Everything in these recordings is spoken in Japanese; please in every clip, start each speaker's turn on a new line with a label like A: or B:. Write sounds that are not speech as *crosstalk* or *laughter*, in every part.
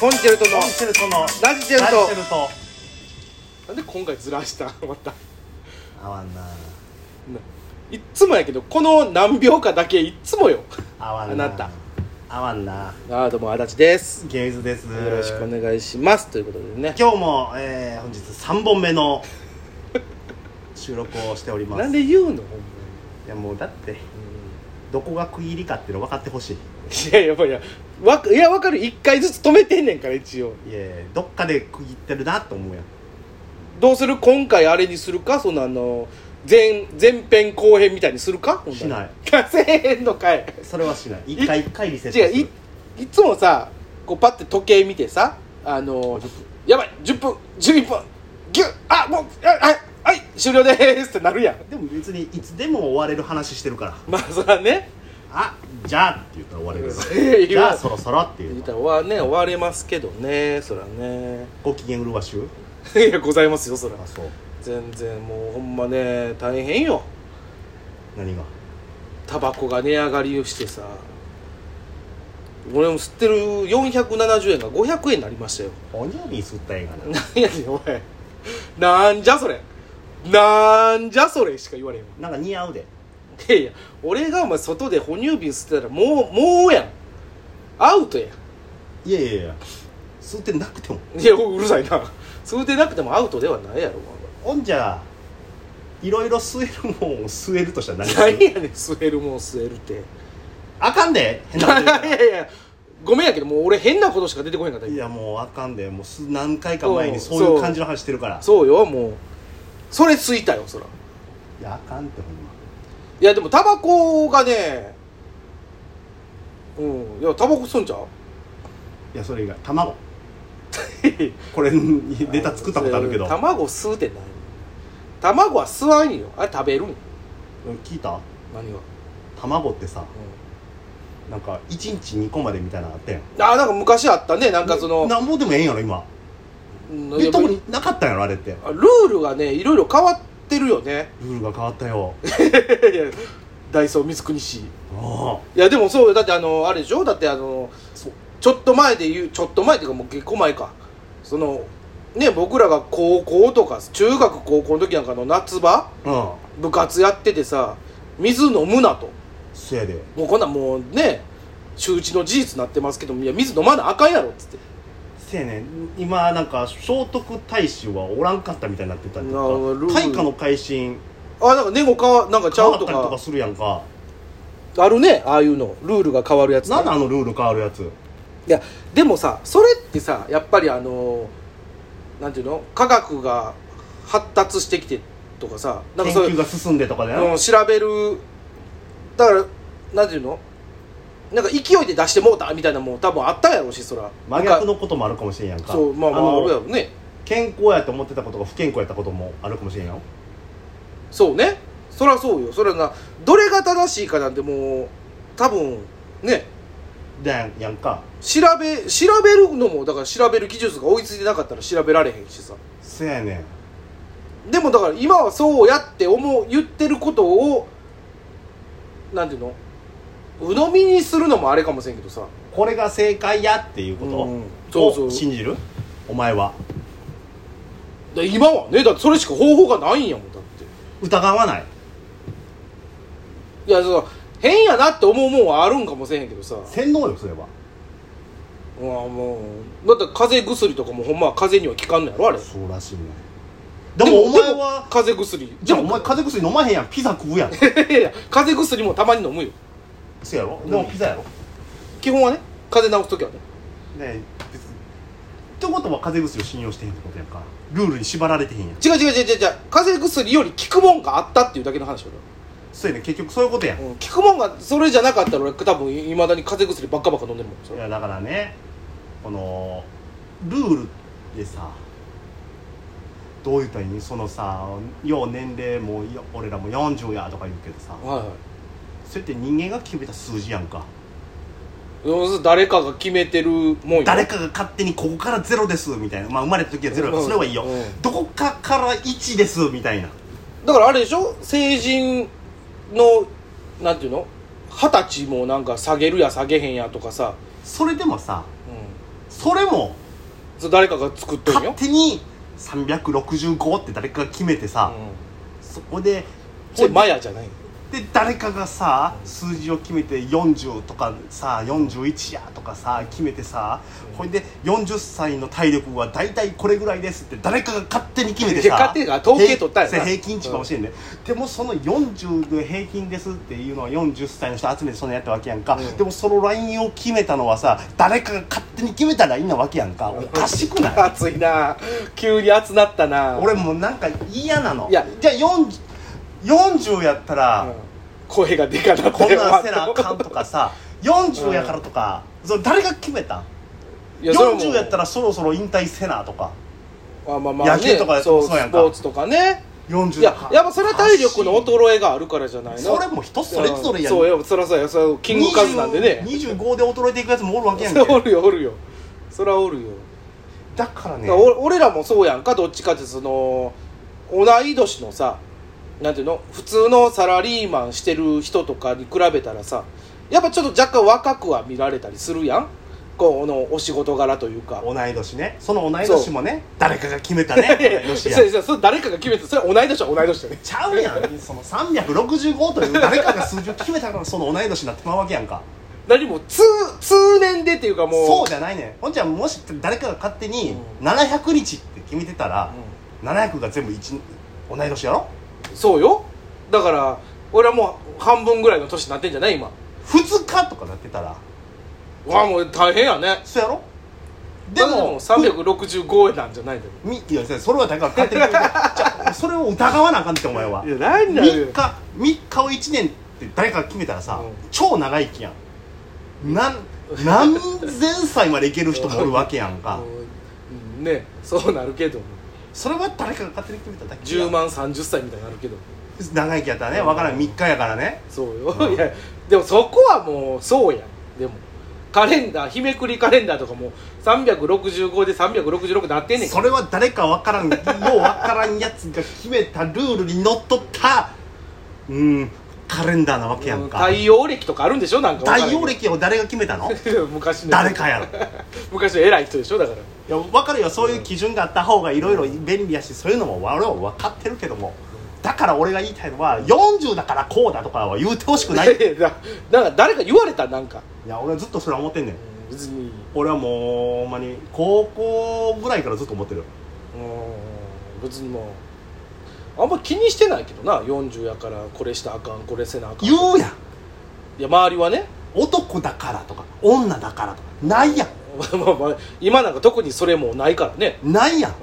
A: コンチェルトの
B: コンチェルトの
A: ラジチェル
B: ラジチェ
A: ト
B: ルト
A: なんで今回ずらした *laughs* また
B: 合わんない
A: っつもやけどこの何秒かだけいっつもよ
B: 合わんな
A: あなた
B: 合わんな
A: あーどうも足立です
B: ゲイズです
A: よろしくお願いしますということでね
B: 今日も、えー、本日3本目の *laughs* 収録をしております
A: なんで言うのほんま
B: いやもうだって
A: に
B: どこが食い入りかっていうの分かってほし
A: いやいやいやわかいやわかる1回ずつ止めてんねんから一応
B: いいやいやどっかで区切ってるなと思うやん
A: どうする今回あれにするかそのあの前前編後編みたいにするかほんなら
B: しない
A: *laughs* せえへんのかい
B: それはしない一回一回リセット
A: 違ういいつもさこうパッて時計見てさあのやばい10分11分ギュッあもうあはいはい終了でーすってなるやん
B: でも別にいつでも終われる話してるから
A: *laughs* まあそらね
B: あじゃあって言ったら終われるか
A: *laughs* いや
B: らじゃあそろそろってい
A: 言っ
B: う
A: たら終わ,、ね、終われますけどねそらね
B: ご機嫌うるわしゅ
A: *laughs*
B: う
A: いやございますよそら
B: あそう
A: 全然もうほんまね大変よ
B: 何が
A: タバコが値上がりをしてさ俺も吸ってる470円が500円になりましたよ
B: おにゃに吸った映画な
A: 何やねんお前なんじゃそれなんじゃそれしか言われへんわ
B: なんか似合うで
A: いやいや俺がお前外で哺乳瓶吸ってたらもうもうやんアウトやん
B: いやいやいや吸ってなくても
A: いやうるさいな吸うてなくてもアウトではないやろ
B: ほんじゃいろいろ吸えるもんを吸えるとしたら
A: お
B: 何
A: 前何
B: 吸う
A: やねん吸えるもん吸えるって
B: あかんで変
A: い
B: なこと言うか
A: やいやいやごめんやけどもう俺変なことしか出てこへんかった
B: ら
A: 今
B: いやもうあかんでもうす何回か前に
A: そう
B: そうい
A: そう
B: う感じの話してるから
A: そうよもうそれ吸いたよそら
B: いやあかんってほんま
A: いやでもタバコがねうんいやタバコ吸うんちゃう
B: いやそれ以外卵これネタ作ったことあるけど
A: 卵吸うてない卵は吸わんよあれ食べるん
B: 聞いた
A: 何が、
B: 卵ってさなんか1日2個までみたいなのあったやん
A: あなんか昔あったねなんかその
B: なんぼでもええんやろ今
A: うん
B: え特になかったんやろあれって
A: ルールがねいろいろ変わってるよ
B: *laughs*
A: ね
B: ルールが変わったよ
A: いやダイソー光国市い
B: ああ
A: やでもそうよだってあのあれでしょだってあの
B: そう
A: ちょっと前で言うちょっと前っていうかもう結構前かそのね僕らが高校とか中学高校の時なんかの夏場
B: うん
A: 部活やっててさ水飲むなと
B: そやで
A: もうこんなんもうね周知の事実になってますけどいや水飲まなあかんやろっつって
B: せやねん今なんか聖徳太子はおらんかったみたいになってたり
A: なるほ
B: と
A: ど
B: か大化の改新
A: あなんか猫かなんかちゃ
B: 変
A: う
B: わ
A: と
B: ったりとか
A: か
B: するやんか
A: あるねああいうのルールが変わるやつね
B: なんであのルール変わるやつ
A: いやでもさそれってさやっぱりあのなんていうの科学が発達してきてとかさなんか
B: 研
A: そうい
B: 究
A: う
B: が進んでとかだ
A: うん
B: よ
A: 調べるだからなんていうのなんか勢いで出してもうたみたいなもん多分あったやろうしそら
B: 真逆
A: なんか
B: のこともあるかもしれんやんか
A: そうまあまああ
B: の
A: るやろね
B: 健康やと思ってたことが不健康やったこともあるかもしれんよ
A: そうねそらそうよそらなどれが正しいかなんてもう多分ね
B: だやんか
A: 調べ調べるのもだから調べる技術が追いついてなかったら調べられへんしさ
B: せやねん
A: でもだから今はそうやって思う言ってることをなんていうの鵜呑みにするのもあれかもしれんけどさ
B: これが正解やっていう
A: うん
B: こと
A: そうそう
B: を信じるお前は
A: で今はねだってそれしか方法がないんやもんだって
B: 疑わない
A: いやそう変やなって思うもんはあるんかもしれへんけどさ
B: 洗脳よそれは
A: うわもうだって風邪薬とかもほんまは風邪には効かんのやろあれ
B: そうらしいねでもお前は
A: 風邪薬
B: じゃあお
A: でも
B: 前風邪薬飲まへんやんピザ食うや
A: *laughs*
B: ん
A: いやいや風邪薬もたまに飲むよ
B: そうやろでもピザやろね
A: 基本はね風邪治す時はね
B: え別にってことは風邪薬を信用してへんってことやんかルールに縛られてへんやん
A: 違う違う違う違う違う風邪薬より効くもんがあったっていうだけの話よ、
B: そうやね結局そういうことやん
A: 俺はうん、効くもんがそれじゃなかったら俺多分いまだに風邪薬ばっかばっか飲んでるもんそ
B: い
A: れ
B: やだからねこのルールでさどう言ったらいいそのさ要年齢もよ俺らも40やとか言うけどさ
A: はいはい
B: それって人間が決めた数字やんか
A: 要するに誰かが決めてるもんよ
B: 誰かが勝手にここからゼロですみたいなまあ生まれた時はゼロやからそれはいいよ
A: うん
B: どこかから1ですみたいな
A: だからあれでしょ成人のなんていうの二十歳もなんか下げるや下げへんやとかさ、
B: それでもさ
A: う
B: それも
A: それ誰かが作っとん
B: 勝
A: よ、
B: 手に365って誰かが決めてさ、
A: うん、
B: そこで
A: それマヤじゃない *laughs* の
B: で誰かがさ数字を決めて40とかさ41やとかさ決めてさほいで40歳の体力は大体これぐらいですって誰かが勝手に決め
A: い
B: て
A: や
B: さ
A: 勝手が統計取ったんやな
B: 平平均値かもしれんね、でもその40の平均ですっていうのは40歳の人集めてそんなやったわけやんか、
A: うん
B: でもそのラインを決めたのはさ誰かが勝手に決めたラインなわけやんかおかしくない
A: 熱いな急に熱なったな
B: 俺もうなんか嫌なの
A: いや
B: じゃあ 40, 40やったら、
A: うん声がでかなった
B: こん
A: よ
B: なんせなあかんとか
A: *laughs*
B: さ40やからとか、それ誰が決めたん
A: いやそれも
B: 40やったらそろそろ引退せなとか
A: まあまあまあ、ね、
B: 野球とか
A: そう
B: そうやん
A: ス
B: か
A: ポーツとかね
B: 40
A: いややっぱそれは体力の衰えがあるからじゃないの
B: それも人それぞれやん
A: そうよそらそうやそれはキングカズなんでね
B: 20 25で衰えていくやつもおるわけやん
A: それはお
B: け
A: るよおるよそれはおるよ、
B: だからね
A: だからお俺らもそうやんかどっちかってその同い年のさなんていうの普通のサラリーマンしてる人とかに比べたらさやっぱちょっと若干若くは見られたりするやんこのお仕事柄というか
B: 同い年ねその同い年もね誰かが決めたね
A: いやい
B: 同い
A: や
B: 年
A: そ
B: や
A: れそれそれ誰かが決めてそれ同い年は同い年だね
B: ちゃうやんその365という誰かが数字を決めたからその同い年になってまうわけやんか
A: 何も通通年でっていうかもう
B: そうじゃないねんほんじゃもし誰かが勝手に
A: う
B: 700日って決めてたら、
A: う
B: 700が全部一同い年やろ
A: んそうよだから俺はもう半分ぐらいの年になってんじゃない今
B: 2日とかなってたら
A: うわもう大変やね
B: そうやろで
A: で
B: も
A: も
B: ふ
A: 365円なんじゃないの
B: みいやそれはだから勝手に決めてじゃそれを疑わなあかんってお前はい
A: や何なのよ
B: 3日3日を1年って誰かが決めたらさ、
A: うん
B: 超長生きやんなん何千歳までいける人もおるわけやんか
A: うんねそうなるけど
B: それは誰かが勝手に決めただけやん
A: 10万30歳みたいになるけど
B: 長生きやったらねわからん3日やからね
A: そう
B: う
A: よ
B: ん
A: いやでもそこはもうそうやんでもカレンダー日めくりカレンダーとかもう365で366なってんねん
B: それは誰かわからんようわからんやつが決めたルールにのっとったうんカレンダーなわけやんか
A: 太陽暦とかあるんでしょなんかわからん
B: 太陽暦を誰が決めたの
A: *laughs* 昔の
B: 誰かやろ
A: 昔の偉い人でしょだから
B: いや分かるよそういう基準があった方がいろいろ便利やしそういうのも我々は分かってるけどもだから俺が言いたいのは40だからこうだとかは言うてほし
A: *laughs*
B: くないい
A: ややだなんか誰か言われたなんか
B: や俺はずっとそれは思ってんねん
A: 別に
B: 俺はもうほんまに高校ぐらいからずっと思ってる
A: うん別にもうあんま気にしてないけどな40やからこれしたらあかんこれせなあかん
B: 言うやん
A: いや周りはね *laughs*
B: 男だからとか女だからとかないや
A: まあまあ今なんか特にそれもないからね、
B: んないやん
A: う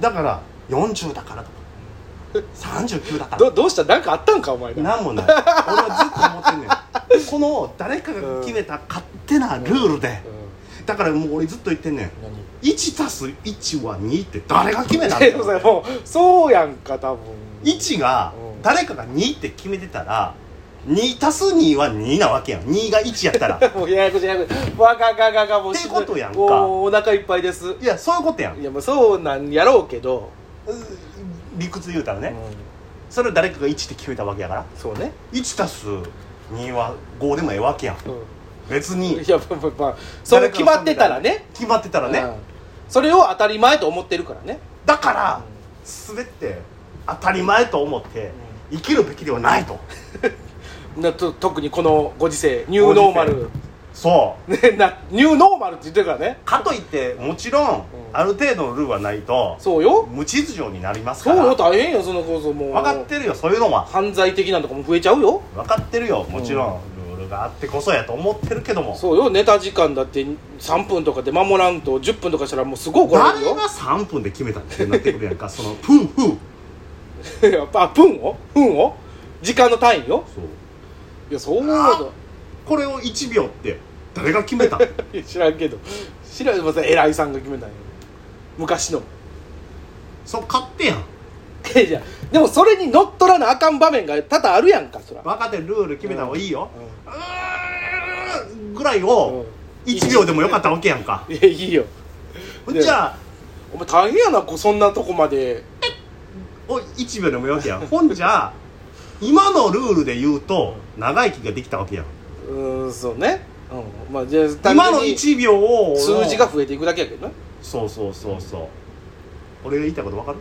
B: だから40だからとか39だか
A: ん、ど
B: ら
A: どうしたなんかあったんかお前ら
B: なんもない俺はずっと思ってん
A: *laughs*
B: ねんこの誰かが決めた勝手なルールで
A: う
B: だからもう俺ずっと言ってんねん
A: ん何
B: 1たす1は2って誰が決めたんだ
A: でもさ *laughs*
B: よ
A: もうそうやんか多分
B: 1が
A: うん
B: 誰かが2って決めてたら2たす2は2なわけやん2が1やった
A: *laughs*
B: ら
A: もうややこしいややこしいわががががもう
B: ってことやんか
A: もうお腹いっぱいです
B: いやそういうことやん
A: いやまあそうなんやろうけど、
B: うん理屈言うたら
A: う
B: ね
A: ん、
B: それを誰かが1って決めたわけやから
A: そうね、
B: 1たす2は5でもええわけやん
A: う
B: 別
A: ん、
B: に
A: いやまあまあまあそれ決まってたらね
B: 決まってたら
A: う
B: ね
A: んそれを当たり前と思ってるからね
B: だから滑って当たり前と思って生きるべきではないと
A: なと特にこのご時世ニューノーマル、
B: そ
A: *laughs*
B: う
A: ね、なニューノーマルって言ってるからね
B: かといってもちろん
A: うん
B: ある程度のルールはないと
A: そうよ
B: 無秩序になります
A: そ
B: か
A: うよ
B: ら
A: 大変よその構造もう
B: 分かってるよそういうのは
A: 犯罪的なとかも増えちゃうよ
B: 分かってるよもちろんルールがあってこそやと思ってるけども
A: そうよネタ時間だって3分とかで守らんと10分とかしたらもうすごい怒られる
B: 誰
A: よ
B: が3分で決めたってなってくるや
A: *laughs*
B: んかそのプンフン
A: やっ *laughs* ぱあ分を分を時間の単位よ
B: そう
A: いやそう
B: あ
A: だ
B: これを1秒って誰が決め
A: *laughs*
B: た
A: いや知らんけど知らんまさ偉いさんが決めたんよ昔の
B: そう勝手やん
A: いやいやでもそれに乗っ取らなあかん場面が多々あるやんかそら
B: 分かってるルール決めた方がいいよ
A: う
B: うーんぐらいを1秒でもよかったわけやんか
A: んいやいいようん
B: じゃあ
A: お前大変やなこうそんなとこまで
B: を1秒でもよけやんほんじゃ今のルールで言うと長生きができたわけやん
A: うーんそうねうんまあ、じゃあ単
B: 今の
A: 純に
B: 1秒を
A: 数字が増えていくだけやけどな
B: そうそうそうそう俺が言いたいこと分か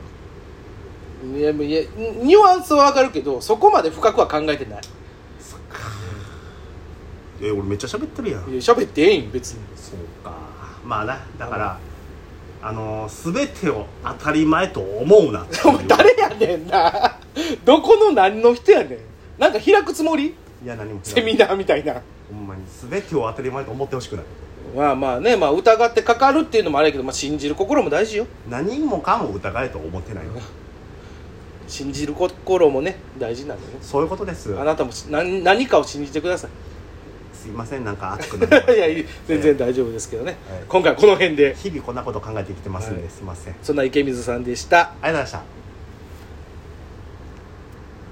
B: る
A: いやいやニュアンスはわかるけどそこまで深くは考えてない
B: え俺めっちゃ喋ってるやん
A: いや喋ってええん別に
B: そうかまあなだからあのー、全てを当たり前と思うなっていう
A: *laughs* お前誰やねんなどこの何の人やねんなんか開くつもり
B: いや何も
A: セミナーみたいな
B: ほんまに全てを当たり前と思ってほしくない
A: まあまあねまあ疑ってかかるっていうのもあれやけど、まあ、信じる心も大事よ
B: 何もかも疑えと思ってないよ
A: 信じる心もね大事なんでね
B: そういうことです
A: あなたもし何何かを信じてください
B: すいませんなんか熱くなりまし
A: いや *laughs* いい全然大丈夫ですけどね、
B: はい
A: 今回はこの辺で
B: た日々こんなこと考えてきてますんで、
A: はい
B: すいませんあり
A: そんな池水さんでした
B: がとうございました